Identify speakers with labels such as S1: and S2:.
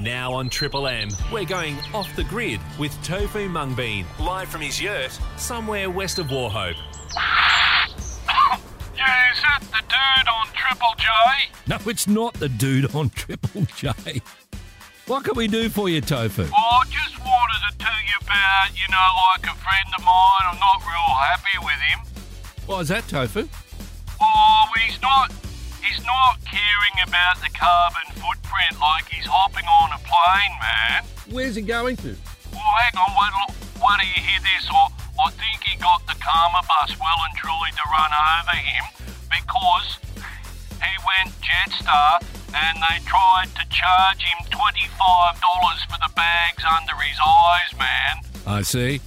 S1: Now on Triple M, we're going off the grid with Tofu Mung Bean, live from his yurt, somewhere west of Warhope.
S2: Yeah, is that the dude on Triple J?
S3: No, it's not the dude on Triple J. What can we do for you, Tofu?
S2: Well, I Oh, just wanted to tell you about, you know, like a friend of mine. I'm not real happy with him.
S3: Why is that, Tofu?
S2: Oh, he's not. He's not caring about the carbon footprint like he's hopping on a plane, man.
S3: Where's he going to?
S2: Well, hang on, wait, look, wait till you hear this. I, I think he got the karma bus well and truly to run over him because he went Jetstar and they tried to charge him $25 for the bags under his eyes, man.
S3: I see.